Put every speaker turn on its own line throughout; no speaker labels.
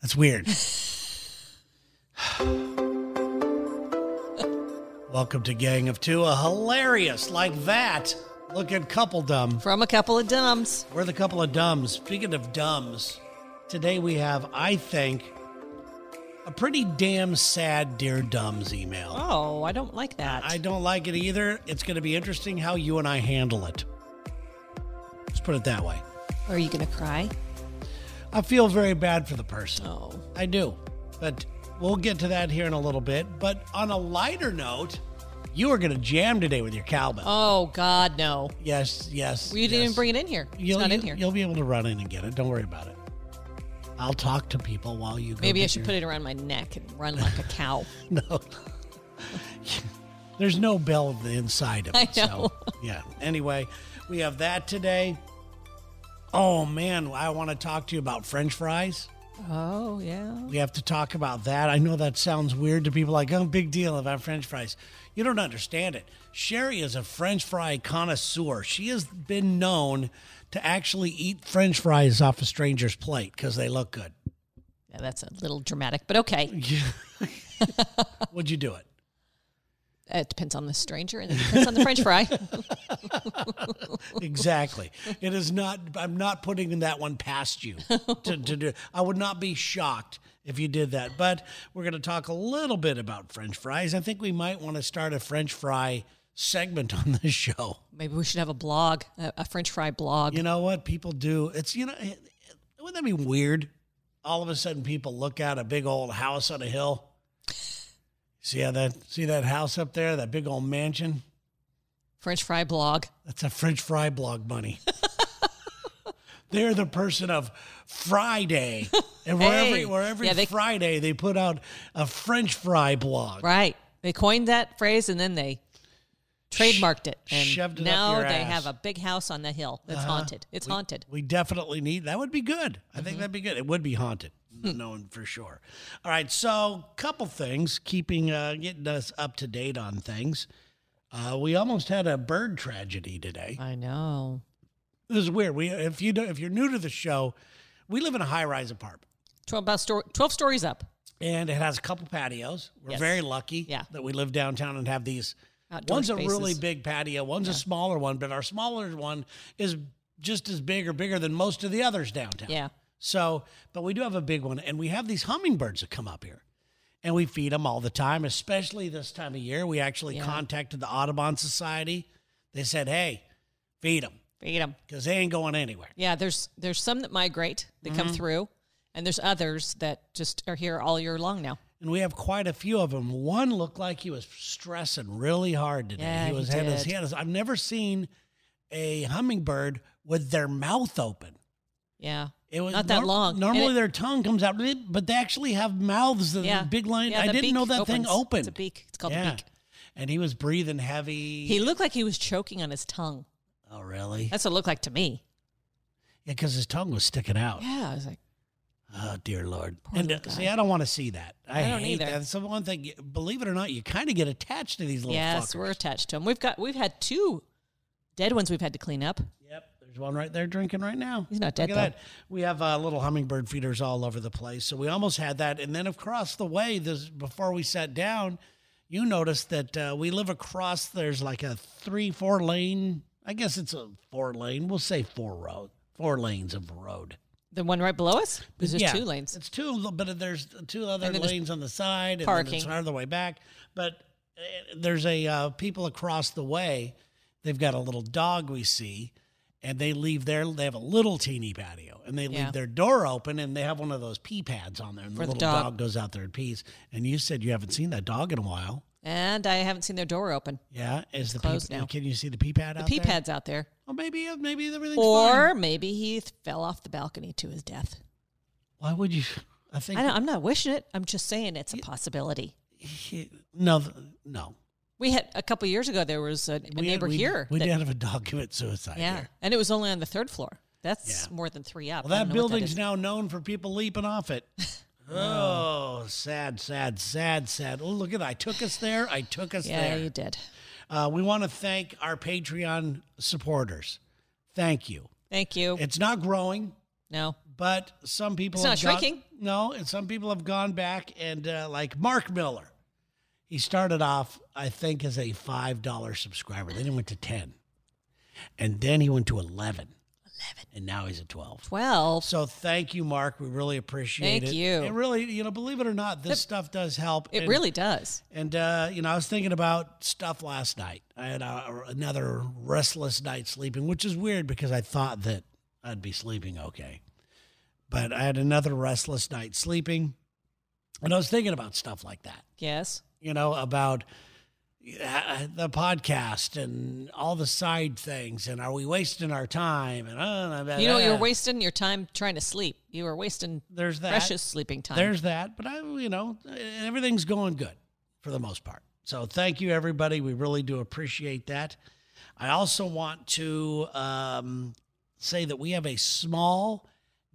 That's weird. Welcome to Gang of Two, a hilarious like that looking couple dumb.
From a couple of dumbs.
We're the couple of dumbs. Speaking of dumbs, today we have, I think, a pretty damn sad Dear Dumbs email.
Oh, I don't like that.
I don't like it either. It's going to be interesting how you and I handle it. Let's put it that way.
Are you going to cry?
I feel very bad for the person.
Oh.
I do. But we'll get to that here in a little bit. But on a lighter note, you are going to jam today with your cowbell.
Oh, God, no.
yes, yes.
We didn't
yes.
even bring it in here. It's
You'll-
not in
you-
here.
You'll be able to run in and get it. Don't worry about it. I'll talk to people while you go.
Maybe I
get
should
your-
put it around my neck and run like a cow.
No. There's no bell on the inside of it.
I know.
So, yeah. Anyway, we have that today. Oh, man. I want to talk to you about French fries.
oh, yeah.
We have to talk about that. I know that sounds weird to people like, oh, big deal about French fries. You don't understand it. Sherry is a French fry connoisseur. She has been known to actually eat French fries off a stranger's plate because they look good.
Yeah, that's a little dramatic, but okay.
Would you do it?
Uh, It depends on the stranger and it depends on the french fry.
Exactly. It is not. I'm not putting that one past you. To, to do. I would not be shocked if you did that. But we're going to talk a little bit about French fries. I think we might want to start a French fry segment on this show.
Maybe we should have a blog, a, a french fry blog.
You know what people do? It's you know, it- it- wouldn't that be weird? All of a sudden, people look out a big old house on a hill. See how that? See that house up there? That big old mansion?
French fry blog.
That's a French fry blog bunny. They're the person of Friday. And wherever,
Hey.
where every
Yeah, they-
Friday they put out a French fry blog.
Right. They coined that phrase and then they trademarked it. And
shoved it up
now
your
they
ass. Uh-huh.
have a big house on the hill that's haunted. It's haunted.
We definitely need that. Would be good. I
Mm-hmm.
think that'd be good. It would be haunted,
Hmm.
known for sure. All right. So, couple things keeping uh, getting us up to date on things. Uh, we almost had a bird tragedy today.
I know.
This is weird. We if you do, if you're new to the show, we live in a high rise apartment.
12, about sto- 12 stories up.
and it has a couple patios. We're
Yes.
very lucky
Yeah.
that we live downtown and have these.
Outdoor
one's a
spaces.
really big patio, one's a smaller one, but our smaller one is just as big or bigger than most of the others downtown.
Yeah.
So, but we do have a big one, and we have these hummingbirds that come up here, and we feed them all the time, especially this time of year. We actually
Yeah.
contacted the Audubon Society. They said, "Hey, feed them
Feed 'em.
because they ain't going anywhere."
Yeah, there's there's some that migrate, that come
Mm-hmm.
through, and there's others that just are here all year long now.
and we have quite a few of them. One looked like he was stressing really hard today.
Yeah,
he
he
was had his
did.
hand. I've never seen a hummingbird with their mouth open.
Yeah.
It was
Not that
norm-
long. And
Normally,
it-
their tongue comes out, bleep, but they actually have mouths. The
Yeah.
big line.
Yeah,
I
the
didn't
beak
know that thing
opens.
opened.
It's a beak. It's called
yeah.
a beak.
And he was breathing heavy.
He looked like he was choking on his tongue.
oh, really? Yeah,
That's what it looked like to me.
because his tongue was sticking out.
Yeah, I was like,
Oh dear Lord!
Poor
and uh,
little
see,
guy.
I don't want to see that. I,
I don't
hate
either.
that. That's the one thing. Believe it or not, you kind of get attached to these little.
yes,
fuckers.
we're attached to him. We've got we've had two dead ones we've had to clean up.
Yep, there's one right there drinking right now.
He's not dead,
Look at that. We have uh, little hummingbird feeders all over the place, so we almost had that. And then across the way, this before we sat down, you noticed that uh, we live across. There's like a three, four lane. I guess it's a four lane. We'll say four road, four lanes of road.
The one right below us? There's just
Yeah,
two lanes.
It's two, but there's two other
And then there's
lanes on the side, and then it's
parking.
another way back. But uh, there's a uh, people across the way. They've got a little dog we see, and they leave their. They have a little teeny patio, and they leave
Yeah.
their door open, and they have one of those pee pads on there, and
For
the
the
little
dog.
goes out there and pees. And you said you haven't seen that dog in a while.
And I haven't seen their door open.
Yeah, is the
closed
pee,
now.
Can you see the pee pad
The
out
pee
there?
pad's out there.
Well, maybe uh, maybe everything's fine.
Or maybe he th- fell off the balcony to his death.
Why would you? I think
I know, I'm not wishing it. I'm just saying it's a possibility.
he- no, th- no.
We had a couple years ago. There was a, a
We-
neighbor
we,
here.
We
that-
did have a dog commit suicide.
yeah,
Here.
and it was only on the third floor. That's
Yeah.
more than three up.
Well,
I don't
that
know what
building's
is.
now known for people leaping off it. oh, sad, sad, sad, sad. Oh, look at that. I took us there. I took us
Yeah,
there.
you did.
Uh, we want to thank our Patreon supporters. Thank you.
Thank you.
It's not growing,
no,
but some people
It's not
have got-
shrinking.
No, and some people have gone back and uh, like Mark Miller. He started off, I think, as a five dollar subscriber. Then he went to ten, and then he went to eleven. Eleven, and now he's at twelve.
12.
So thank you, Mark. We really appreciate it.
Thank you.
It really, you know, believe it or not, this stuff does help.
It
and,
really does.
And uh, you know, I was thinking about stuff last night. I had a, another restless night sleeping, which is weird because I thought that I'd be sleeping okay, but I had another restless night sleeping, and I was thinking about stuff like that
Yes.
you know, about uh, the podcast and all the side things and are we wasting our time and uh,
You know, you're
uh,
wasting your time trying to sleep. You are wasting
there's that
precious sleeping time.
there's that but I you know everything's going good for the most part so thank you everybody we really do appreciate that I also want to um, say that we have a small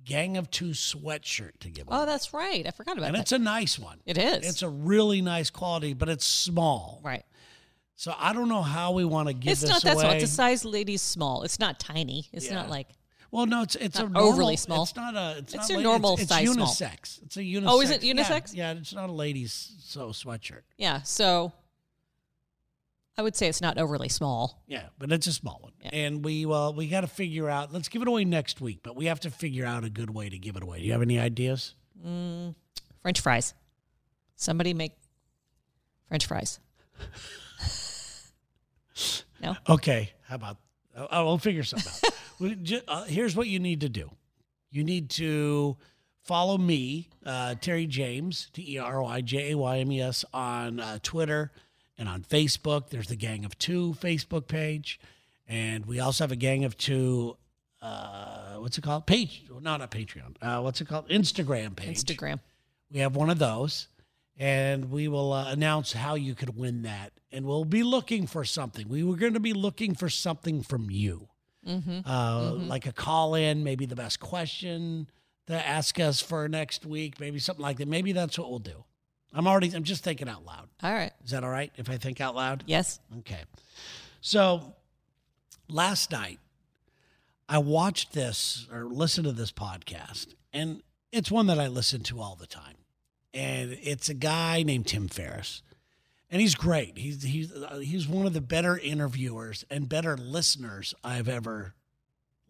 gang of two sweatshirt to give away
oh, that's right. I forgot about
and
that.
it's a nice one
It is.
it's a really nice quality but it's small
right.
So I don't know how we want to give
It's
this
not that
away.
small. It's a size ladies small. It's not tiny. It's not
Yeah.
like
well, no, it's it's a
Not
normal,
overly small.
It's not a. It's, not
your
la-
normal
it's,
size
It's
small.
unisex. It's a unisex.
Oh, is it
yeah,
unisex?
Yeah, it's not a ladies' so sweatshirt.
yeah. So I would say it's not overly small.
Yeah, but it's a small one,
Yeah.
and we well we got to figure out. Let's give it away next week, but we have to figure out a good way to give it away. Do you have any ideas?
French fries. Somebody make French fries. no.
Okay, how about? Oh, oh, we'll figure something out. we ju- uh, here's what you need to do. You need to follow me, uh, Terry James, T E R O I J A Y M E S, on uh, Twitter and on Facebook. There's the Gang of Two Facebook page, and we also have a Gang of Two. Uh, what's it called? Page? No, not Patreon. Uh, what's it called? Instagram page.
Instagram.
We have one of those, and we will uh, announce how you could win that. And we'll be looking for something. We were going to be looking for something from you,
Mm-hmm.
uh, like a call in, maybe the best question to ask us for next week, maybe something like that. Maybe that's what we'll do. I'm already. I'm just thinking out loud.
All right.
Is that all right if I think out loud?
Yes.
Okay. So last night, I watched this or listened to this podcast, and it's one that I listen to all the time. And it's a guy named Tim Ferriss, and he's great. He's he's uh, he's one of the better interviewers and better listeners I've ever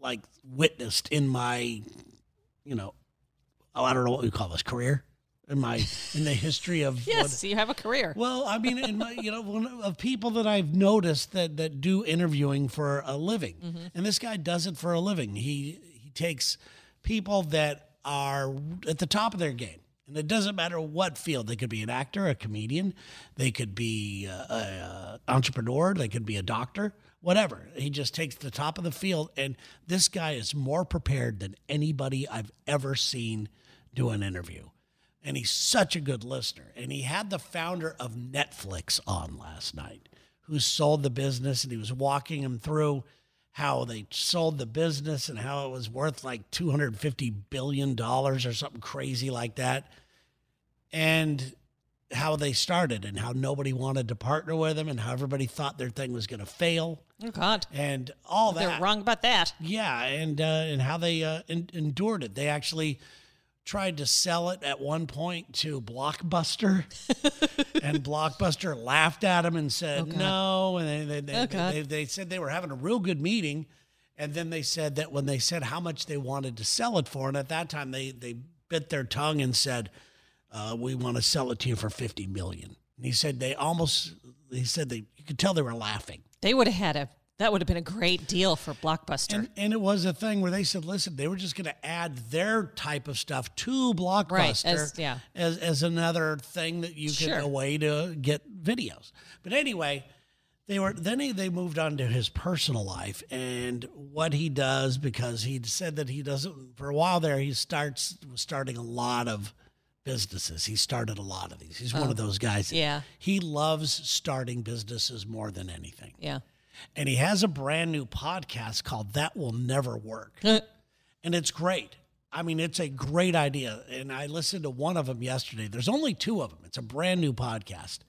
like witnessed in my, you know, oh I don't know what we call this career in my in the history of what-
Yes. you have a career.
well, I mean, in my, you know, one of people that I've noticed that that do interviewing for a living, and this guy does it for a living. He he takes people that are at the top of their game, and it doesn't matter what field. They could be an actor, a comedian, they could be uh, a, a entrepreneur, they could be a doctor, whatever. He just takes the top of the field, and this guy is more prepared than anybody I've ever seen do an interview and he's such a good listener. And he had the founder of Netflix on last night, who sold the business, and he was walking him through how they sold the business and how it was worth like two hundred fifty billion dollars or something crazy like that, and how they started and how nobody wanted to partner with them and how everybody thought their thing was going to fail
oh God.
and all that.
They're wrong about that.
Yeah, and uh, and how they uh, en- endured it. They actually tried to sell it at one point to Blockbuster, and Blockbuster laughed at them and said
God.
no, and they they, they,
Oh, God.
they they said they were having a real good meeting, and then they said that when they said how much they wanted to sell it for, and at that time they they bit their tongue and said uh, we want to sell it to you for fifty million. And he said they almost he said they you could tell they were laughing.
They would have had a. That would have been a great deal for Blockbuster.
And, and it was a thing where they said, listen, they were just going to add their type of stuff to Blockbuster
as- yeah.
as, as another thing that you could
Sure.
a way to get videos. But anyway, they were then he, they moved on to his personal life and what he does because he said that he doesn't for a while there he starts was starting a lot of businesses. He started a lot of these. He's one of those guys. that-
Oh, yeah.
He loves starting businesses more than anything
yeah.
and he has a brand new podcast called That Will Never Work. and it's great. I mean, it's a great idea. And I listened to one of them yesterday. There's only two of them. It's a brand new podcast.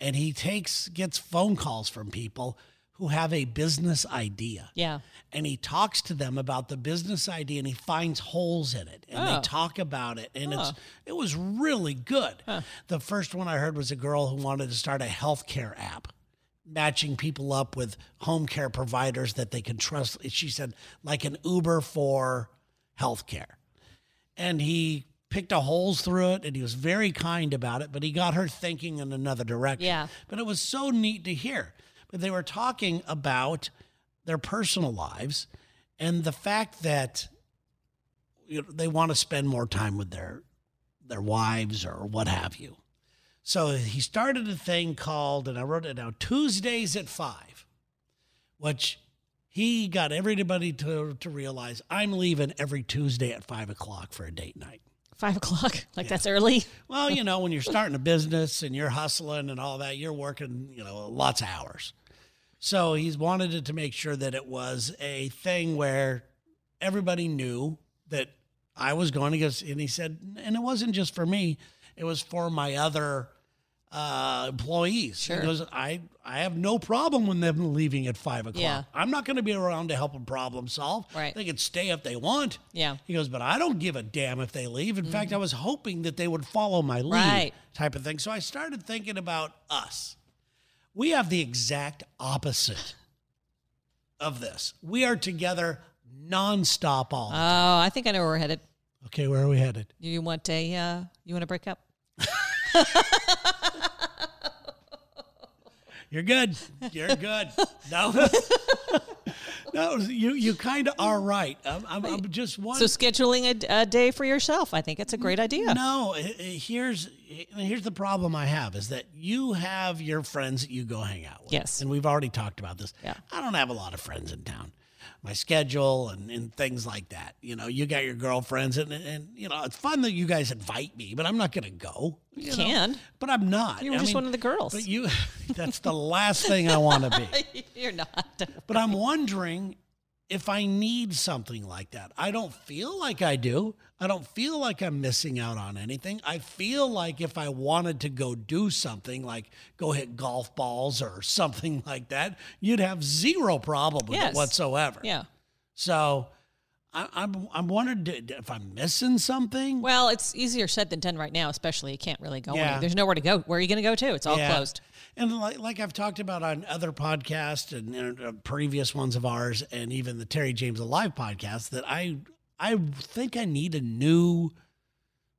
And he takes gets phone calls from people who have a business idea
Yeah.
and he talks to them about the business idea and he finds holes in it and
Oh.
they talk about it and it's it was really good. The first one I heard was a girl who wanted to start a healthcare app matching people up with home care providers that they can trust. She said like an Uber for healthcare. And he picked a holes through it and he was very kind about it, but he got her thinking in another direction.
Yeah.
But it was so neat to hear. But they were talking about their personal lives and the fact that you know, they want to spend more time with their their wives or what have you. So he started a thing called, and I wrote it down, Tuesdays at five, which he got everybody to, to realize I'm leaving every Tuesday at five o'clock for a date night.
Five o'clock. Like that's early.
Well, you know, when you're starting a business and you're hustling and all that, you're working, you know, lots of hours. So he's wanted it to make sure that it was a thing where everybody knew that I was going to go. And he said, and it wasn't just for me; it was for my other uh, employees.
Sure.
He goes, I I have no problem with them leaving at five o'clock.
Yeah.
I'm not going to be around to help them problem solve.
Right.
They can stay if they want.
Yeah.
He goes, but I don't give a damn if they leave. In fact, I was hoping that they would follow my lead
Mm-hmm. Right.
type of thing. So I started thinking about us. We have the exact opposite of this. We are together nonstop all.
Oh, I think I know where we're headed.
okay, where are we headed?
You want a uh, you want to break up?
You're good. You're good. No. no, you you kind of are right. I'm, I'm, I'm just one
So scheduling a d- a, day for yourself, I think it's a great idea.
Mm-hmm. No, eh, eh, here's eh, here's the problem I have is that you have your friends that you go hang out with.
Yes.
and we've already talked about this.
Yeah.
I don't have a lot of friends in town. My schedule and, and things like that. You know, you got your girlfriends, and, and- and you know it's fun that you guys invite me, but I'm not going to go. You, know?
can.
but I'm not.
You were
I
just
mean,
one of the girls.
But you, that's the last thing I want to be.
You're not.
But I'm wondering if I need something like that. I don't feel like I do. I don't feel like I'm missing out on anything. I feel like if I wanted to go do something, like go hit golf balls or something like that, you'd have zero problem with
Yes.
it whatsoever.
Yeah.
So I, I'm I'm wondering d- d- if I'm missing something.
Well, it's easier said than done right now, especially you can't really go.
Yeah.
anywhere. There's nowhere to go. Where are you going to go to? It's all
Yeah.
closed.
And like, like I've talked about on other podcasts and, and, uh, previous ones of ours, and even the Terry James Alive podcast, that I I think I need a new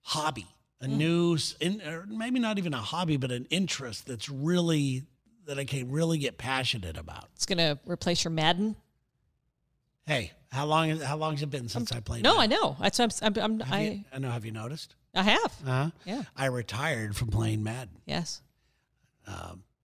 hobby, a
Mm.
new s- in, or maybe not even a hobby, but an interest that's really that I can really get passionate about.
It's going to replace your Madden.
Hey, how long is how long's it been since I played?
No,
that?
I know. That's what I'm, I'm, I'm,
Have you-
I
I know. Have you noticed?
I have.
Huh?
Yeah.
I retired from playing Madden,
Yes.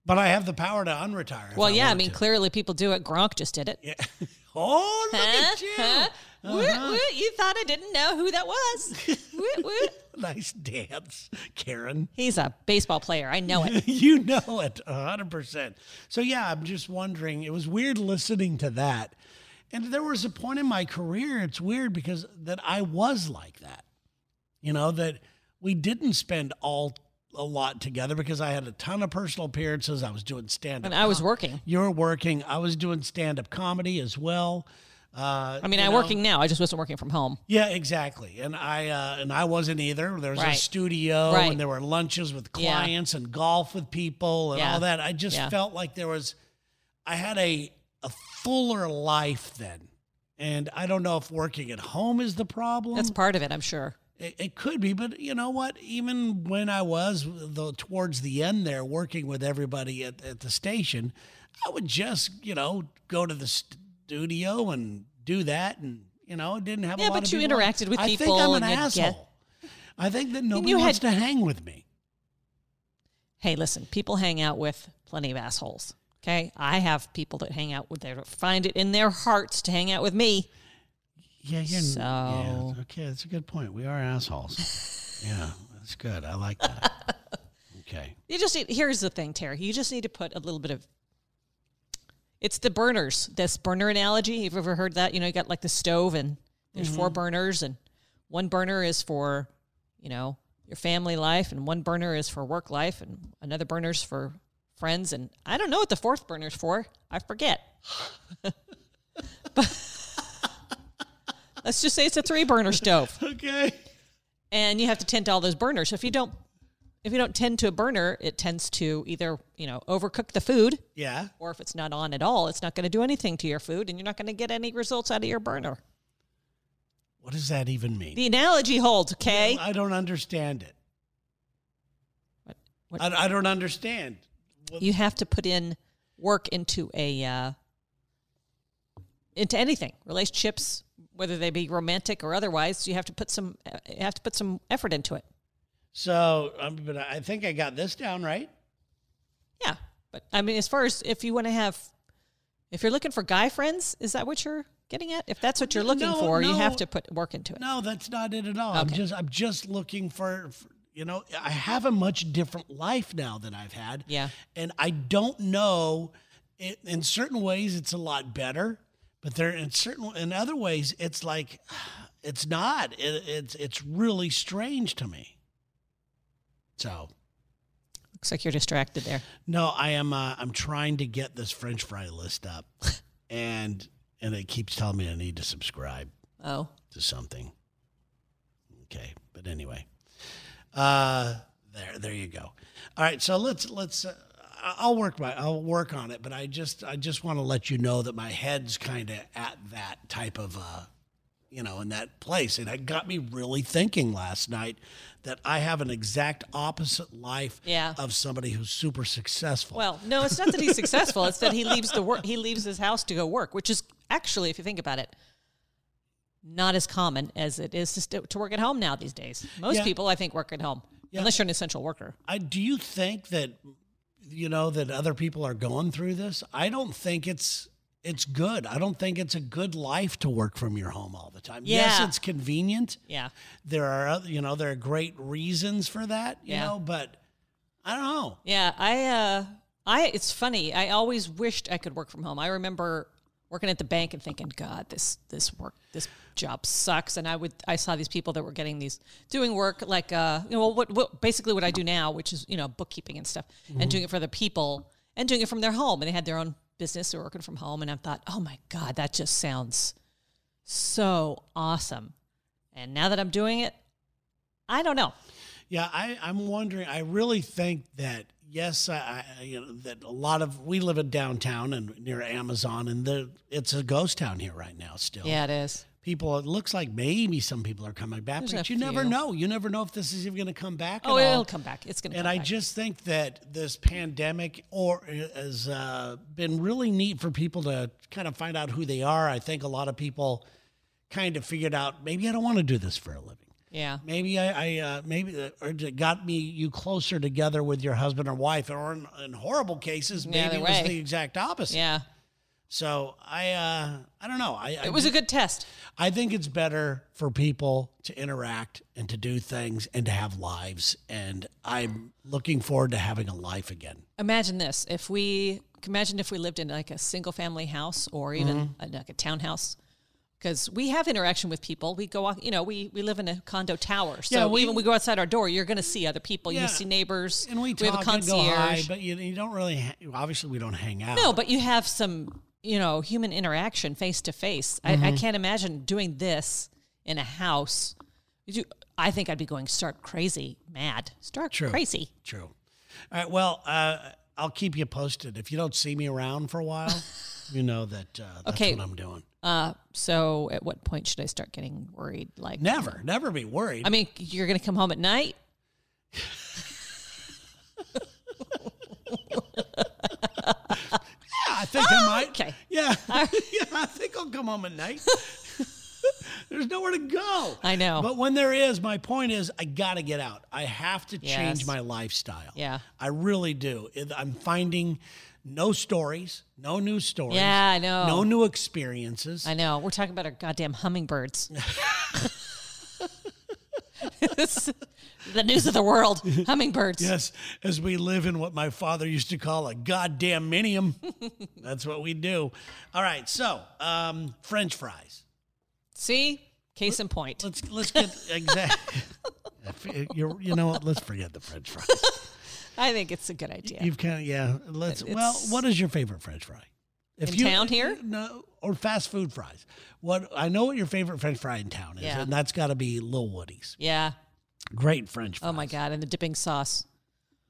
but I have the power to unretire. if
Well, yeah. I
want
mean,
to.
clearly people do it. Gronk just did it.
Yeah. Oh, look at you.
Woot,
Uh-huh.
woot, you thought I didn't know who that was. Woot, woot.
Nice dance, Karen.
He's a baseball player. I know it.
you know it 100%. So, yeah, I'm just wondering. It was weird listening to that. And there was a point in my career, it's weird because that I was like that, you know, that we didn't spend all a lot together because I had a ton of personal appearances. I was doing stand up.
And I was working.
You're working. I was doing stand up comedy as well. Uh,
I mean,
you
I'm
know.
working now. I just wasn't working from home.
Yeah, exactly. And I uh, and I wasn't either. There was a
Right.
studio
Right.
and there were lunches with
Yeah.
clients and golf with people and
Yeah.
all that. I just
Yeah.
felt like there was I had a a fuller life then. And I don't know if working at home is the problem.
That's part of it, I'm sure.
It, it could be, but you know what? Even when I was the, towards the end there working with everybody at, at the station, I would just, you know, go to the studio and do that. And, you know, it didn't have
Yeah,
a lot
but
of
you
people.
interacted with
I think
people
I'm an
and you'd get-
asshole. I think that nobody
you
wants
had-
to hang with me.
Hey, listen, people hang out with plenty of assholes. Okay. I have people that hang out with, they find it in their hearts to hang out with me.
Yeah, you're n-
So-
yeah, okay. That's a good point. We are assholes. yeah, that's good. I like that. Okay.
You just need, here's the thing, Terry. You just need to put a little bit of. It's the burners. This burner analogy. You've ever heard that? You know, you got like the stove, and there's four burners, and one burner is for, you know, your family life, and one burner is for work life, and another burner's for friends, and I don't know what the fourth burner's for. I forget. but let's just say it's a three burner stove,
Okay.
and you have to tend to all those burners. If you don't, if you don't tend to a burner, it tends to either you know overcook the food,
Yeah.
or if it's not on at all, it's not going to do anything to your food, and you're not going to get any results out of your burner.
What does that even mean?
The analogy holds, okay?
I don't understand it.
What- what-
I, I don't understand. Well,
you have to put in work into a uh, into anything relationships whether they be romantic or otherwise you have to put some uh, you have to put some effort into it
So, um, but I think I got this down right.
yeah but i mean as far as if you want to have if you're looking for guy friends is that what you're getting at if that's what you're looking
No,
for you
no.
have to put work into it
No, that's not it at all. I'm
Okay.
just I'm just looking for, for you know I have a much different life now than I've had.
Yeah.
and I don't know. i in certain ways, it's a lot better, but there in certain in other ways, it's like it's not. It, it's it's really strange to me. So
looks like you're distracted there
no, I am. Uh, I'm trying to get this French fry list up, and and it keeps telling me I need to subscribe
oh
to something. Okay, but anyway, uh, there, there you go. All right, so let's let's. Uh, I- I'll work my, I'll work on it, but I just, I just want to let you know that my head's kind of at that type of, uh, you know, in that place, and it got me really thinking last night that I have an exact opposite life
Yeah.
of somebody who's super successful.
well no it's not that he's successful it's that he leaves the work he leaves his house to go work which is actually if you think about it not as common as it is to, st- to work at home now these days most
Yeah.
people i think work at home
Yeah.
unless you're an essential worker
I do you think that you know that other people are going through this? I don't think it's it's good. I don't think it's a good life to work from your home all the time. Yes,
Yeah.
it's convenient.
yeah
There are other, you know there are great reasons for that. You
Yeah.
know, but I don't know.
yeah i uh i it's funny i always wished i could work from home i remember working at the bank and thinking god this this work this job sucks and i would i saw these people that were getting these doing work like uh you know what, what basically what i do now which is you know bookkeeping and stuff
Mm-hmm.
and doing it for other people and doing it from their home and they had their own business they were working from home and i thought oh my god that just sounds so awesome and now that i'm doing it i don't know
Yeah, I, I'm wondering. I really think that yes, I, I you know that a lot of we live in downtown and near Amazon, and the it's a ghost town here right now still.
yeah it is
people. It looks like maybe some people are coming back,
There's
but
a
you never
few.
know. You never know if this is even going to come back.
oh
at
it'll
all.
come back it's gonna
And
come
I
back.
just think that this pandemic or has uh, been really neat for people to kind of find out who they are. I think a lot of people kind of figured out maybe I don't want to do this for a living.
yeah
Maybe I, I uh, maybe uh, or it got me you closer together with your husband or wife, or in, in horrible cases,
The
maybe
other
it was
way.
the exact opposite.
Yeah.
So I, uh, I don't know. I, I
It was a good test.
I think it's better for people to interact and to do things and to have lives. And I'm looking forward to having a life again.
Imagine this. If we imagine if we lived in like a single family house or even
Mm-hmm.
a, like a townhouse. Because we have interaction with people. We go out, you know, we, we live in a condo tower. So
Yeah, we-
even we go outside our door, you're going to see other people. You're
Yeah.
going to see neighbors.
And we
have
talk
a
and go
concierge.
hi, but you, you don't really. Ha- obviously, we don't hang out.
no, but you have some, you know, human interaction face to face. I
Mm-hmm.
I can't imagine doing this in a house. You do, I think I'd be going stark crazy, mad, stark
True.
crazy.
True. All right. Well, uh, I'll keep you posted. If you don't see me around for a while, you know that uh, that's
Okay.
what I'm doing.
Uh, so at what point should I start getting worried? Like,
Never, never be worried.
I mean, you're going to come home at night.
yeah, I think I might.
Oh, okay.
Yeah. yeah. I think I'll come home at night. There's nowhere to go.
I know.
But when there is, my point is, I got to get out. I have to change
Yes.
my lifestyle.
Yeah.
I really do. It- I'm finding no stories, no new stories.
Yeah, I know.
No new experiences.
I know. We're talking about our goddamn hummingbirds. It's the news of the world hummingbirds.
yes, as we live in what my father used to call a goddamn minium. That's what we do. All right, so um, French fries.
See? Case in point.
Let's let's get exact. you you know what? Let's forget the French fries.
I think it's a good idea.
You've kind of yeah. Let's. well,
It's-
what is your favorite French fry? If
In town here?
no, or fast food fries. What I know what your favorite French fry in town is,
Yeah.
and that's got to be Little Woody's.
yeah.
Great French fries.
Oh my god, and the dipping sauce.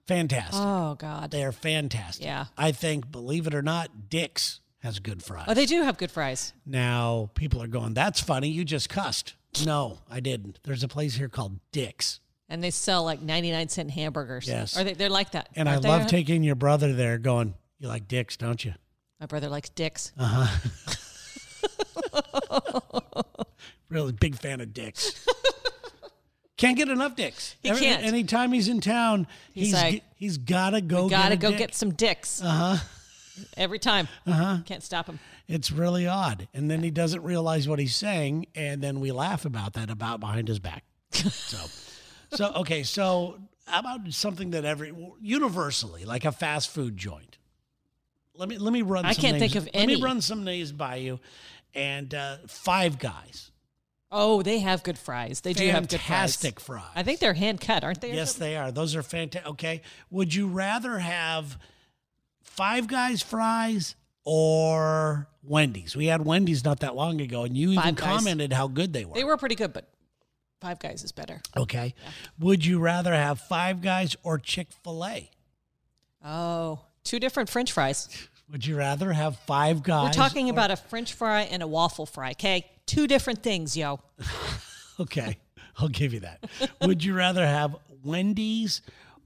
fantastic!
Oh god.
they are fantastic.
Yeah.
I think believe it or not, Dick's has good fries.
Oh, they do have good fries.
now people are going, "That's funny, you just cussed." No, I didn't. There's a place here called Dick's.
And they sell like 99 cent hamburgers.
Yes.
Are they, they're like that.
And
aren't
I
they?
love taking your brother there going, You like dicks, don't you?
My brother likes dicks.
Really big fan of dicks. Can't get enough dicks.
He can't.
Anytime he's in town, he's he's,
like,
g- he's gotta go.
Gotta
get a
go
dick. Uh-huh.
get some dicks. Uh huh. Every time. Uh huh. Can't stop him.
It's really odd. And then he doesn't realize what he's saying, and then we laugh about that about behind his back. so, so okay. So how about something that every universally, like a fast food joint. Let me let me run.
I
some
can't think
names-
of
Let
any.
me run some names by you, and uh, Five Guys.
Oh, they have good fries. They do have good fries.
Fantastic fries.
I think they're hand cut, aren't they? or
Yes,
something?
they are. Those are fantastic. Okay. Would you rather have Five Guys fries or Wendy's? We had Wendy's not that long ago, and you even
Five Guys.
commented how good they were.
They were pretty good, but Five Guys is better.
okay. Would you rather have Five Guys or Chick fil A?
Oh, two different French fries.
Would you rather have Five Guys?
We're talking
or-
about a French fry and a waffle fry. Okay, two different things, yo.
Okay. I'll give you that. Would you rather have Wendy's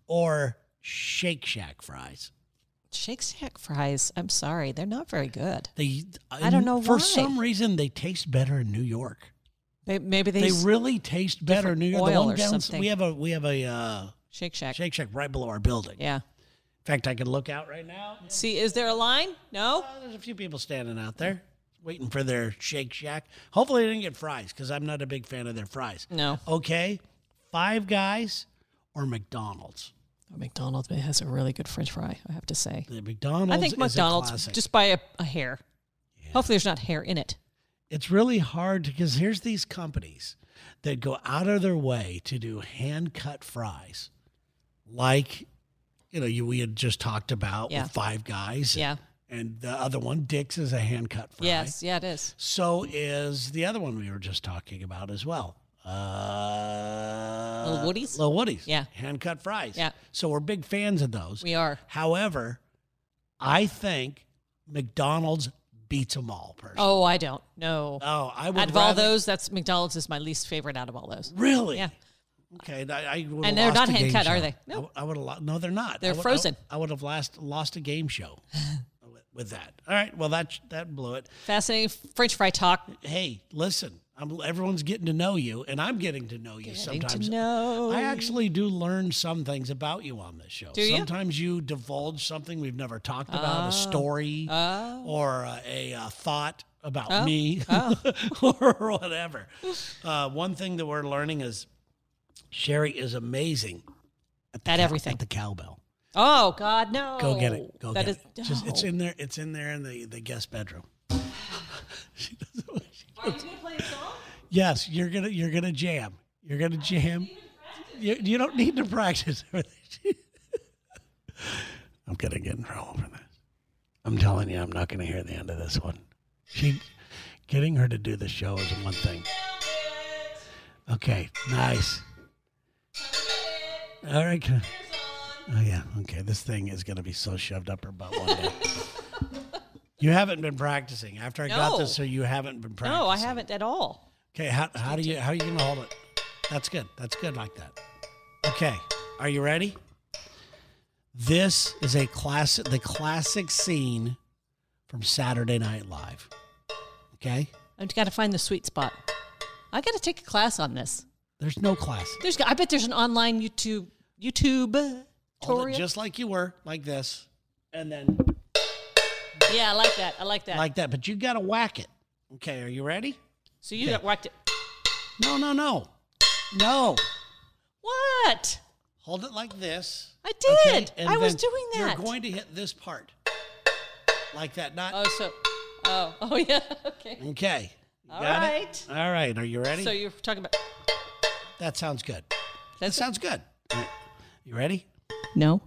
or Shake Shack fries?
Shake Shack fries. I'm sorry, they're not very good.
They,
I don't know
For
why.
some reason, they taste better in New York.
They, maybe they,
they
s-
really taste better. in New York, the
oil
one
or
down,
something.
we have a we have a uh,
Shake Shack.
Shake Shack right below our building.
Yeah.
In fact, I can look out right now.
See, is there a line? No.
Uh, There's a few people standing out there waiting for their Shake Shack. Hopefully, they didn't get fries because I'm not a big fan of their fries.
No.
Okay, Five Guys or McDonald's.
McDonald's has a really good French fry. I have to say.
The McDonald's.
I think
is a
McDonald's
classic.
just by a, a hair. Hopefully, there's not hair in it.
it's really hard because here's these companies that go out of their way to do hand cut fries, like you know you we had just talked about
Yeah.
with Five Guys.
Yeah.
And the other one, Dick's, is a hand cut fry.
Yes. Yeah, it is.
So is the other one we were just talking about as well. Uh,
Little Woodies?
Little Woodies.
Yeah.
Hand cut fries.
Yeah.
So we're big fans of those.
We are.
However, I think McDonald's beats them all, personally.
Oh, I don't. No.
Oh, I would
out of
rather,
all those, that's McDonald's is my least favorite out of all those.
Really?
Yeah.
Okay. I, I would
And
have
they're
lost
not
a game
hand-cut, are
show.
they?
I w- I, would have. Lo- no, they're not.
They're
I would- I w-
frozen.
I, would have lost lost a game show with- with that. All right. Well, that that blew it.
Fascinating French fry talk.
Hey, listen. I'm, everyone's getting to know you, and I'm getting to know you
Getting to
sometimes.
know
I actually do learn some things about you on this show.
Do you? Oh.
Sometimes you divulge something we've never talked about, a story or uh, a uh, thought about
Oh.
me or whatever. Uh, one thing that we're learning is Sherry is amazing at, the
At
cow-
everything.
At the cowbell.
Oh God, no.
Go get it. Go
That
get
is-
it. Just, it's
no.
in there. It's in there in the, the guest bedroom. she doesn't,
Are you gonna play a song?
Yes, you're gonna you're gonna jam. You're gonna jam. You, you don't need to practice. I'm gonna get in trouble for this. I'm telling you, I'm not gonna hear the end of this one. She, getting her to do the show is one thing. Okay, nice. All right. can- Oh yeah. Okay, this thing is gonna be so shoved up her butt one day. you haven't been practicing. After I got this, so
No.
you haven't been practicing.
No, I haven't at all.
Okay, how, how do you how are you gonna hold it? That's good. That's good like that. Okay, are you ready? This is a classic the classic scene from Saturday Night Live. Okay,
I've got to find the sweet spot. I got to take a class on this.
there's no class.
There's, I bet there's an online YouTube YouTube
Hold it
tutorial.
just like you were, like this, and then
yeah, I like that. I like that.
like that. But you gotta whack it. Okay, are you ready?
so you got whacked it.
No, no, no, no.
What?
Hold it like this.
I
okay?
did.
And
I was
then
doing that.
You're going to hit this part like that. Not
Oh, so. Oh, oh yeah. Okay.
Okay. You
All
got it?
right.
All right. Are you ready?
So you're talking about.
that sounds good. That
That's
sounds good. You ready?
no.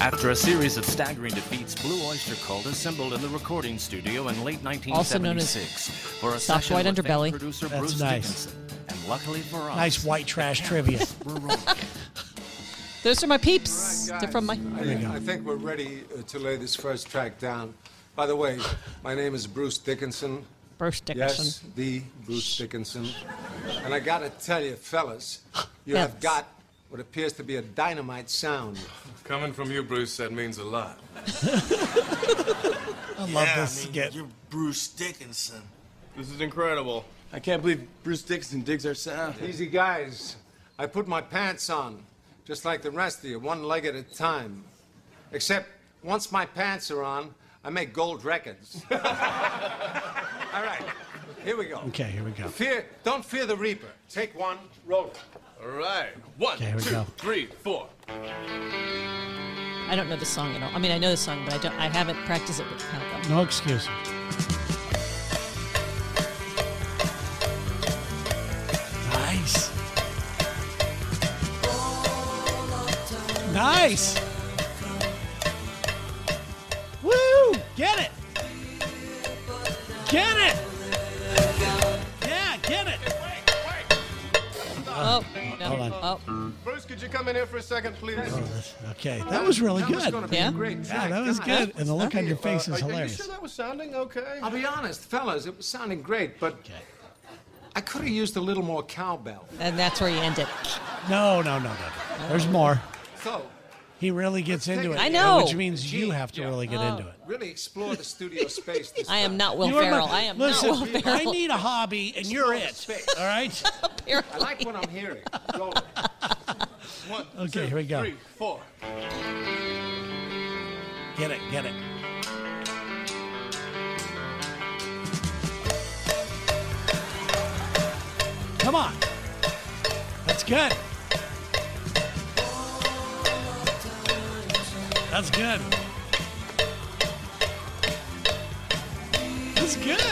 After a series of staggering defeats, Blue Oyster Cult assembled in the recording studio in late 1976
Also known as
for a
Soft
session
White
with
Underbelly.
famed producer
That's
Bruce
nice.
Dickinson. And luckily for us,
Nice white trash trivia.
we're rolling.
Those are my peeps.
All right,
They're from my.
guys, I, I think we're ready uh, to lay this first track down. By the way, my name is Bruce Dickinson.
Bruce Dickinson.
Yes, the Bruce Dickinson. And I gotta tell you, fellas, you
Yes.
have got what appears to be a dynamite sound.
Coming from you, Bruce, that means a lot.
I love this skit.
You're Bruce Dickinson.
This is incredible.
I can't believe Bruce Dickinson digs our sound.
Easy guys, I put my pants on, just like the rest of you, one leg at a time. Except once my pants are on, I make gold records. All right, here we go.
Okay, here we go.
Fear, don't fear the reaper. Take one, roll. it.
All right. one,
Okay, here we
two,
go.
three, four.
I don't know the song at all. I mean, I know the song, but I don't. I haven't practiced it with Malcolm.
No excuses. Nice. Nice. Woo! Get it. Get it. Yeah, get it.
Oh, no.
Uh, hold on.
Oh,
Bruce, could you come in here for a second, please?
Okay, that was really
That was
good.
gonna be a
Yeah?
great
Yeah,
track.
that was
God,
good. And the look on your
Uh,
face
are-
is
Are you
hilarious.
sure that was sounding okay?
I'll be honest, fellas, it was sounding great, but
Okay.
I could have used a little more cowbell.
and that's where you end it.
No, no, no, no. no. There's more.
So,
He really gets into it.
I know. Oh.
Which means you have to really get into it.
really explore the studio space. This
I am
time.
not Will
You are my-
Ferrell. I am
listen,
not Will Ferrell.
I need a hobby, and you're it.
space.
All right.
I like what I'm hearing. Roll.
One,
Okay,
two,
here we go.
Three, four.
Get it. Get it. Come on. That's good. That's good. That's good.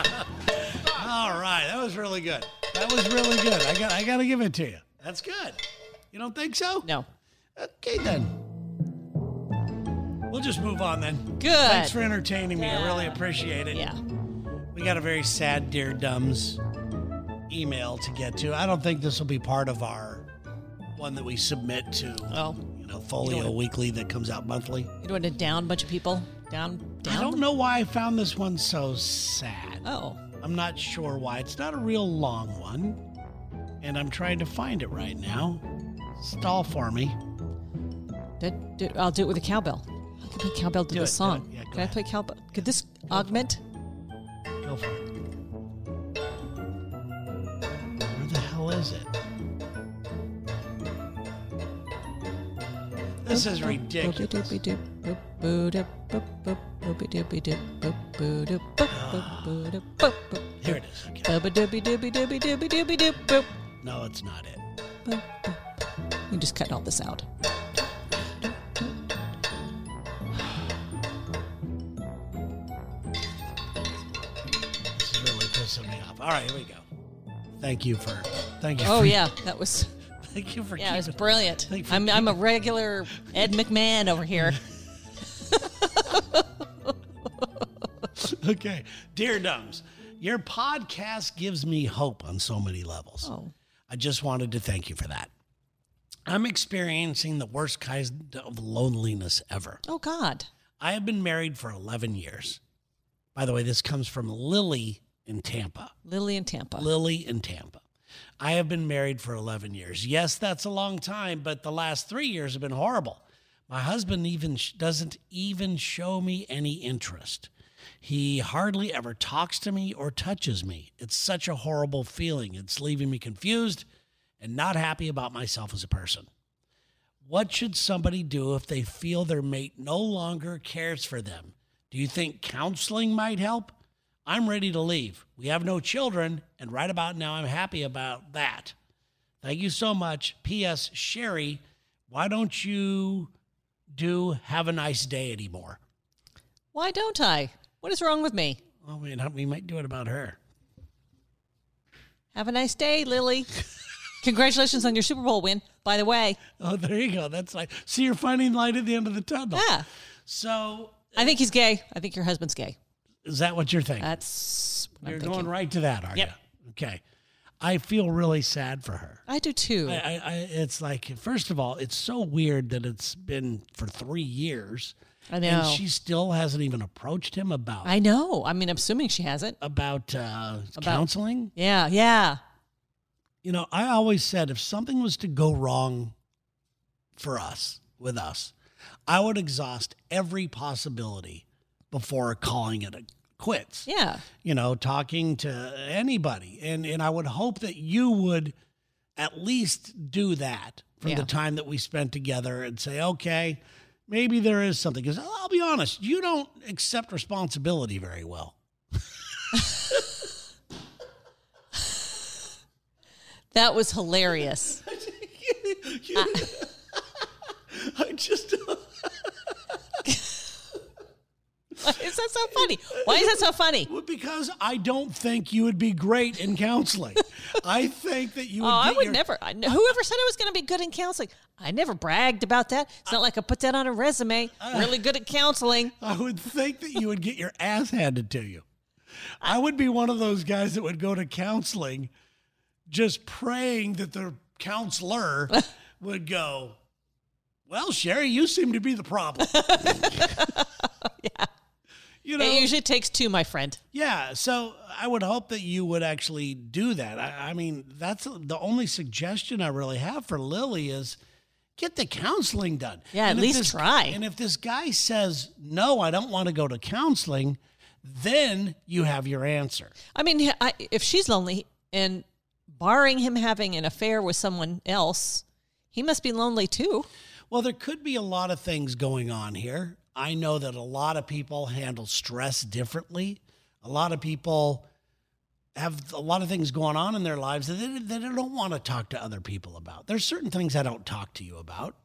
All right, that was really good. That was really good. I got I got to give it to you. That's good. You don't think so?
No.
Okay then. We'll just move on then.
Good.
Thanks for entertaining me. I really
Yeah.
appreciate it.
yeah.
We got a very sad Dear Dumbs email to get to. I don't think this will be part of our one that we submit to
Oh,
you know, Folio
You don't-
Weekly that comes out monthly.
you don't want to down a bunch of people. Down, down.
I don't know why I found this one so sad.
Oh,
I'm not sure why. It's not a real long one. And I'm trying to find it right now. Stall for me.
Did- did- I'll do it with a cowbell. I can play cowbell to
Do
this
it, do
song.
it. Yeah, go
Can I
ahead.
play cowbell? Could this augment?
Go for it. Where the hell is it? This is ridiculous. Here it is. Okay.
You
No, it's not it.
can just cut all this out.
This is really pissing me off. All right, here we go. Thank you for. Thank you.
Oh
for,
yeah, that was
Thank you for.
yeah, it was
keeping-
brilliant.
Thank you.
I'm I'm a regular Ed McMahon over here.
Okay, dear Dums, your podcast gives me hope on so many levels.
Oh,
I just wanted to thank you for that. I'm experiencing the worst kind of loneliness ever.
oh God.
I have been married for 11 years. By the way, this comes from Lily in Tampa.
Lily in Tampa.
Lily in Tampa. I have been married for 11 years. Yes, that's a long time, but the last three years have been horrible. My husband even sh- doesn't even show me any interest. He hardly ever talks to me or touches me. It's such a horrible feeling. It's leaving me confused and not happy about myself as a person. What should somebody do if they feel their mate no longer cares for them? Do you think counseling might help? I'm ready to leave. We have no children, and right about now, I'm happy about that. Thank you so much. P.S. Sherry, why don't you do have a nice day anymore?
Why don't I? What is wrong with me?
Well, we, we might do it about her.
Have a nice day, Lily. Congratulations on your Super Bowl win, by the way.
Oh, there you go. That's like, see, you're finding light at the end of the tunnel.
Yeah.
So
Ah, I think he's gay. I think your husband's gay.
is that what you're thinking?
That's what
you're
I'm thinking.
going right to that, are
Yep.
you? Okay. I feel really sad for her.
I do too.
I, I, I, it's like, first of all, it's so weird that it's been for three years.
I
And
know.
she still hasn't even approached him about
I know. I mean, I'm assuming she hasn't.
about, uh, counseling.
Yeah, yeah.
You know, I always said if something was to go wrong for us, with us, I would exhaust every possibility before calling it a quits.
Yeah.
you know, talking to anybody. And and I would hope that you would at least do that from
Yeah.
the time that we spent together and say, okay, maybe there is something. Because I'll be honest, you don't accept responsibility very well.
That was hilarious.
I just
Why is that so funny? Why is that so funny?
because I don't think you would be great in counseling. I think that you would.
Oh, I
get
would
your-
never. I, whoever said I was going to be good in counseling, I never bragged about that. It's not like I put that on a resume.
Uh.
really good at counseling.
I would think that you would get your ass handed to you. I would be one of those guys that would go to counseling just praying that the counselor would go, Well, Sherry, you seem to be the problem. yeah. You know,
It usually takes two, my friend.
yeah. So I would hope that you would actually do that. I, I mean, that's the only suggestion I really have for Lily is get the counseling done.
Yeah, at
if
least
this-
try.
And if this guy says no, I don't want to go to counseling, then you have your answer.
I mean, I, if she's lonely and barring him having an affair with someone else, he must be lonely too.
Well, there could be a lot of things going on here. I know that a lot of people handle stress differently. A lot of people have a lot of things going on in their lives that they, that they don't want to talk to other people about. There's certain things I don't talk to you about.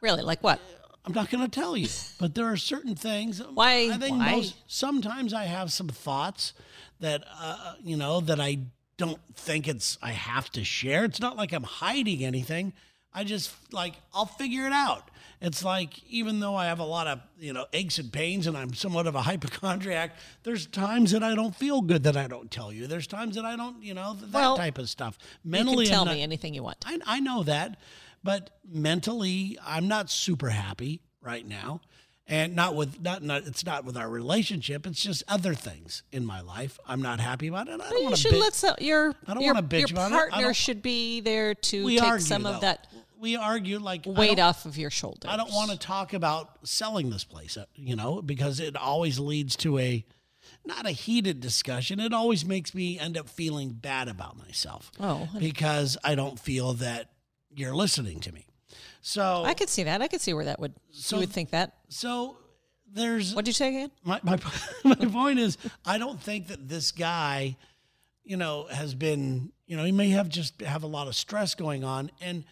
Really, like what?
I'm not going to tell you, but there are certain things.
Why-
I think
why?
most sometimes I have some thoughts that uh, you know that I don't think it's I have to share. It's not like I'm hiding anything. I just like I'll figure it out. It's like even though I have a lot of you know aches and pains and I'm somewhat of a hypochondriac, there's times that I don't feel good that I don't tell you. There's times that I don't you know th- that
Well,
type of stuff.
You
Mentally,
can
I'm
tell
not-
me anything you want.
I, I know that, but mentally, I'm not super happy right now, and not with not not it's not with our relationship. It's just other things in my life I'm not happy about, and I don't
You
want to.
should let so, your
I don't
your,
wanna bitch
your
about it. I
partner
don't-
should be there to
we
take
argue
some
though.
of that
We argue like I
weight
don't-
off of your shoulders.
I don't want to talk about selling this place, uh, you know, because it always leads to a not a heated discussion. It always makes me end up feeling bad about myself.
Oh.
because I don't feel that you're listening to me. So
I could see that. I could see where that would.
So-
you would think that.
so there's
What'd you say again?
my my my point is I don't think that this guy, you know, has been you know he may have just have a lot of stress going on and.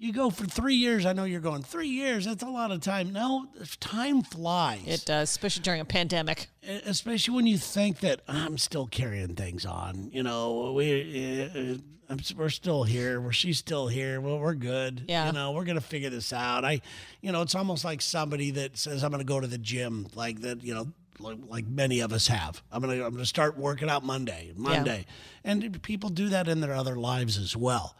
You go for three years. I know you're going three years. That's a lot of time. No, time flies,
It does, especially during a pandemic.
e-, especially when you think that I'm still carrying things on. You know, we uh, uh, I'm, we're still here. We're she's still here. Well, we're good.
Yeah.
You know, we're gonna figure this out. I, you know, it's almost like somebody that says I'm gonna go to the gym, like that. You know, like, like many of us have. I'm gonna I'm gonna start working out Monday, Monday, and people do that in their other lives as well.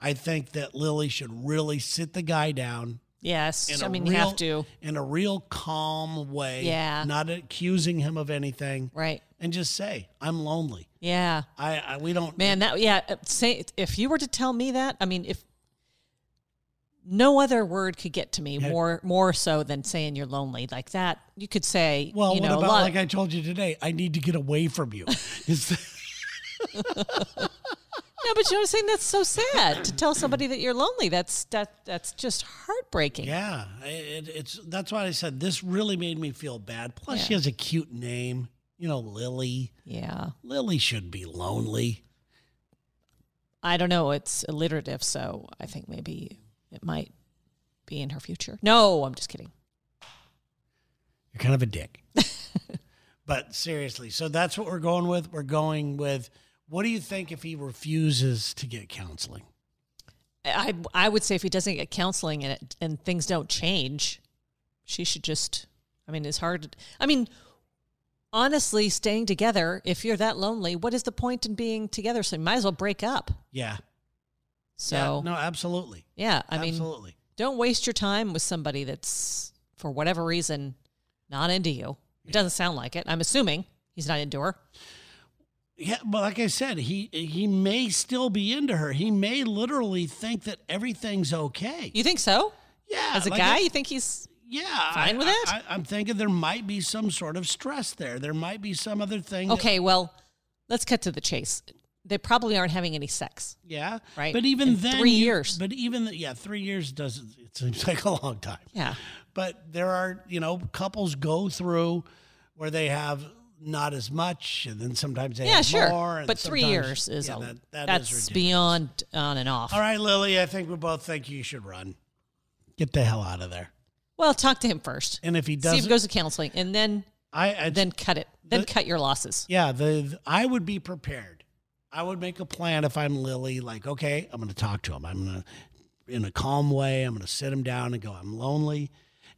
I think that Lily should really sit the guy down,
Yes,
a
I mean you have to.
in a real calm way.
Yeah.
Not accusing him of anything.
Right.
And just say, I'm lonely.
Yeah.
I, I we don't
Man, that yeah. uh, Say if you were to tell me that, I mean, if no other word could get to me more more so than saying you're lonely like that, you could say,
Well,
you
what
know, a
about
lot.
like I told you today, I need to get away from you. Is that-
no, but you know what I'm saying? That's so sad to tell somebody that you're lonely. That's that that's just heartbreaking.
yeah. It, it's that's why I said this really made me feel bad. Plus she has a cute name. You know, Lily.
Yeah.
Lily should be lonely.
I don't know. It's alliterative, so I think maybe it might be in her future. No, I'm just kidding.
You're kind of a dick. but seriously, so that's what we're going with. We're going with what do you think if he refuses to get counseling?
I I would say if he doesn't get counseling and it, and things don't change, she should just. I mean, it's hard. I mean, honestly, staying together if you're that lonely, what is the point in being together? So you might as well break up.
Yeah.
So
Yeah, no, absolutely.
yeah, I mean,
absolutely.
don't waste your time with somebody that's for whatever reason not into you. It doesn't sound like it. I'm assuming he's not into her.
Yeah, but like I said, he he may still be into her. He may literally think that everything's okay.
You think so?
Yeah,
As a
like
guy,
I-
you think he's
yeah,
fine
I-
with
I-
it?
I, am thinking there might be some sort of stress there. There might be some other thing. that-
okay? Well, let's cut to the chase. They probably aren't having any sex.
yeah,
Right.
But even
In
then,
three
you-
years.
But even th- yeah, three years doesn't. It seems like a long time.
Yeah.
But there are you know couples go through where they have not as much, and then sometimes they
Yeah,
have
sure.
more. and
but three
sometimes-
years is
yeah,
a,
that, that is
that's
ridiculous.
beyond on and off.
All right, Lily, I think we both think you should run. Get the hell out of there.
Well, talk to him first.
And if he
See if
doesn't,
he goes to counseling, and then
I, I
then cut it. Then
The-
cut your losses.
yeah, the, the- I would be prepared. I would make a plan if I'm Lily. Like, okay, I'm going to talk to him. I'm going to, in a calm way, I'm going to sit him down and go, I'm lonely,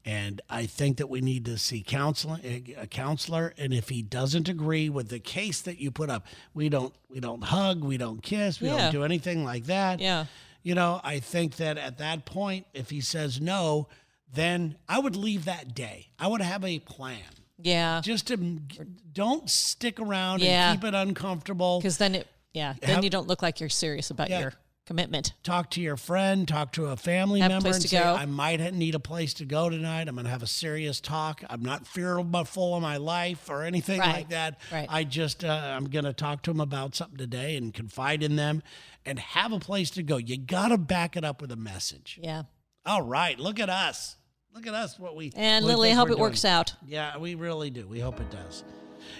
and I think that we need to see counseling, eh, a- a counselor. And if he doesn't agree with the case that you put up, we don't, we don't hug, we don't kiss, we
Yeah.
don't do anything like that.
Yeah.
you know, I think that at that point, if he says no, then I would leave that day. I would have a plan.
Yeah.
Just to don't stick around
Yeah.
and keep it uncomfortable.
Because then it. Yeah. Then
Have-
you don't look like you're serious about
Yeah.
your commitment.
Talk to your friend, talk to a family
Have a
member,
place
and
to
say,
go.
I might ha- need a place to go tonight. I'm going to have a serious talk. I'm not fearful of my life or anything
Right.
like that.
Right.
I just, uh, I'm going to talk to them about something today and confide in them and have a place to go. You got to back it up with a message.
Yeah.
All right, look at us. Look at us. What we
And
what we
Lily, I
think
hope
we're
it works
doing.
out.
Yeah, we really do. We hope it does.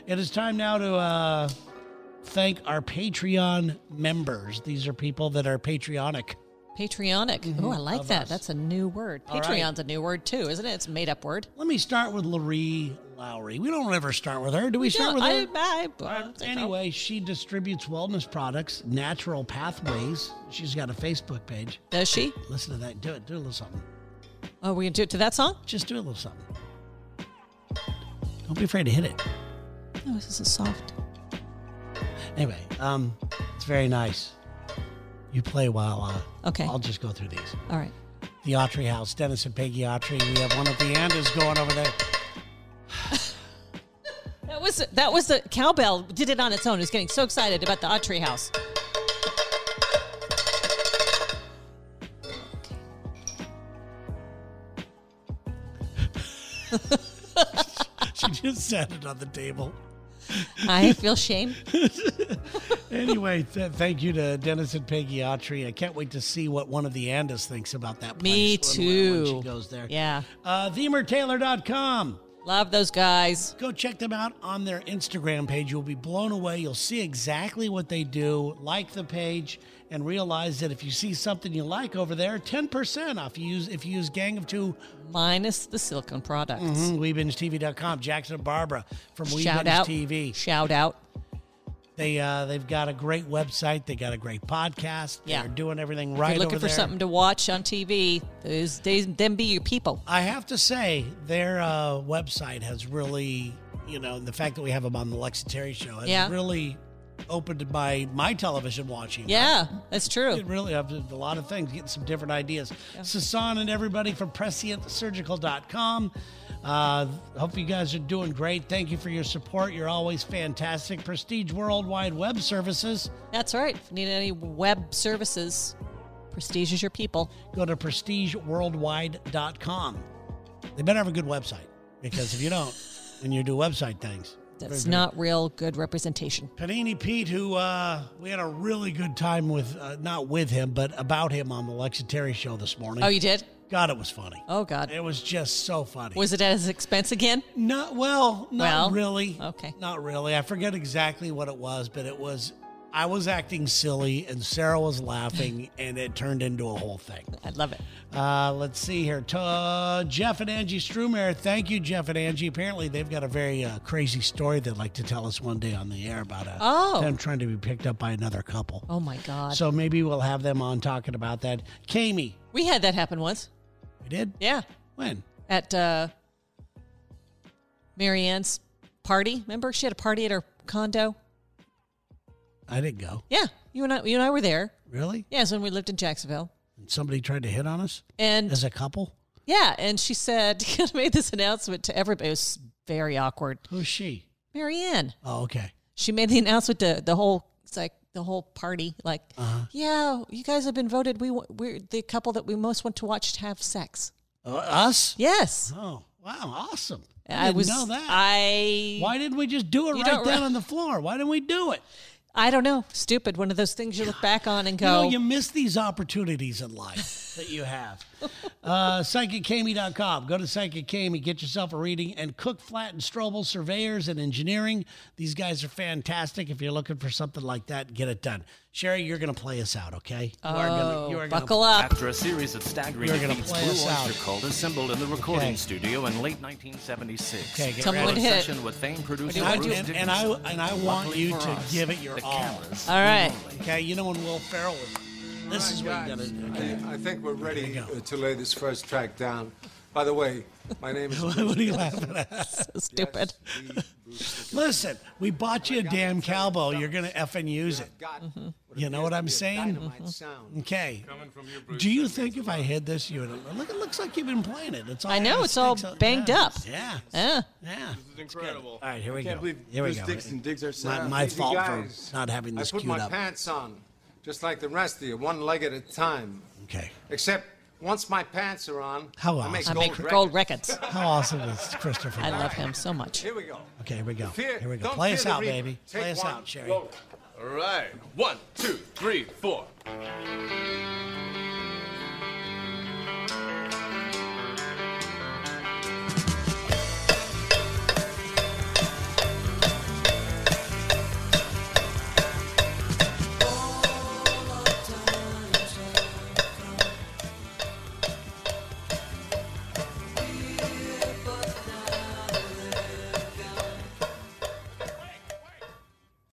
It is time now to uh, thank our Patreon members. These are people that are Patreonic.
Patreonic. Oh, I like
Mm-hmm.
that.
us.
That's a new word.
All right.
Patreon's a new word too, isn't it? It's a made up word.
Let me start with Laree Lowry. We don't ever start with her, do we? start
No,
with
I,
her.
I,
Anyway, she distributes wellness products, natural pathways. She's got a Facebook page.
Does she?
Listen to that. Do it. Do a little something.
Oh, we can do it to that song?
Just do a little something. Don't be afraid to hit it.
Oh, this is soft.
Anyway, um, it's very nice. You play while uh,
Okay.
I'll just go through these.
All right.
The Autry House, Dennis and Peggy Autry. We have one at the end is going over there.
That was that was the cowbell did it on its own. It was getting so excited about the Autry house.
She just sat it on the table.
I feel shame.
Anyway, th- thank you to Dennis and Peggy Autry. I can't wait to see what one of the Andas thinks about that.
Me
place when- when
too.
she goes there.
Yeah.
Uh, ThemerTaylor.com.
Love those guys.
Go check them out on their Instagram page. You'll be blown away. You'll see exactly what they do. Like the page and realize that if you see something you like over there, 10% off you use if you use Gang of Two
Minus the silicone products.
mm, WeBingeTV.com. Jackson and Barbara from We
Shout
Binge
out.
TV.
Shout out.
They uh, they've got a great website. They got a great podcast.
Yeah.
They're doing everything
If
right.
you're looking
over
for
there.
something to watch on TV, those days them be your people.
I have to say, their uh, website has really, you know, the fact that we have them on the Lex and Terry show has
Yeah.
really opened my my television watching.
Yeah, that's true.
It really up to a lot of things, getting some different ideas. Sasan and everybody from prescientsurgical.com. Uh, hope you guys are doing great. Thank you for your support. You're always fantastic. Prestige Worldwide Web Services.
That's right. If you need any web services, Prestige is your people.
Go to prestigeworldwide.com. They better have a good website because if you don't, when you do website things,
That's not real good representation.
Panini Pete, who uh, we had a really good time with, uh, not with him, but about him on the Lex and Terry show this morning.
Oh, you did?
God, it was funny.
Oh God.
It was just so funny.
Was it at his expense again?
Not well, not
Well,
really.
okay.
Not really. I forget exactly what it was, but it was I was acting silly and Sarah was laughing and it turned into a whole thing.
I love it.
Uh, let's see here. Ta- Jeff and Angie Strumer. Thank you, Jeff and Angie. Apparently, they've got a very uh, crazy story they'd like to tell us one day on the air about a,
Oh.
them trying to be picked up by another couple.
Oh my God.
So maybe we'll have them on talking about that. Kami,
we had that happen once.
we did?
Yeah.
When?
At uh, Marianne's party. Remember, she had a party at her condo?
I didn't go.
Yeah. You and I, you and I were there.
Really?
Yeah, it was when we lived in Jacksonville.
Somebody tried to hit on us
And
as a couple?
yeah, and she said, made this announcement to everybody. It was very awkward.
Who's she?
Marianne.
Oh, okay.
she made the announcement to the whole it's like the whole party like
Uh-huh.
yeah you guys have been voted we wa- we're the couple that we most want to watch have sex
Uh, us?
yes
Oh, wow. Awesome. I,
i,
didn't
was
know that.
i
Why didn't we just do it
You
right
don't re-
then on the floor? Why didn't we do it?
i don't know stupid one of those things you look back on and
You know,
go
you miss these opportunities in life that you have. Uh, PsychicKami.com. Go to Psychic Kami, get yourself a reading, and Cook, Flat, and Strobel, surveyors and engineering. These guys are fantastic. If you're looking for something like that, get it done. Sherry, you're going to play us out, okay? You are gonna- you are gonna-
oh, buckle up
After a series of staggering
You're gonna
defeats,
play
Blue
us out.
Oyster Cult assembled in the recording
Okay.
studio in late 1976.
Okay, get
Tell me
ready.
what
A
hit.
session with famed producer
I
Bruce
do- and,
Dickinson.
and I and I want
Luckily
you
for
to
us,
give it your
the
all.
cameras
all right
Okay, you know when Will Ferrell was. This is what you gotta do.
I, I think we're ready
There you go.
uh, to lay this first track down. By the way, my name is.
what are you laughing at?
so stupid
Lee Brewster.
Listen, we bought you a damn cowbell. You're gonna effing use it.
Got Mm-hmm. what Mm-hmm.
You know
appears
what
to
I'm
be a
saying?
dynamite sound.
Okay. Do you think if I had this, you would? Look, it looks like you've been playing it. It's all
I know, it's all
sticks out-
banged
yeah,
up.
Yeah,
yeah
yeah.
This is incredible.
All right, here we
Can't
go.
believe
Here we
Bruce
go.
Dixon digs our
My,
sound.
my
Easy
fault
guys.
for not having
I
this
put
queued
my
up.
pants on, just like the rest of you, one leg at a time.
Okay.
Except once my pants are on,
How
I make
awesome.
i
gold
make
records.
gold records
How awesome is Christopher?
i love him so much
Here we go.
Okay, here we go.
Fear-
Here we go.
don't
Play
fear
us
the
out,
reaper.
baby.
Take
Play us
one.
out, Sherry.
All right. One, two, three, four.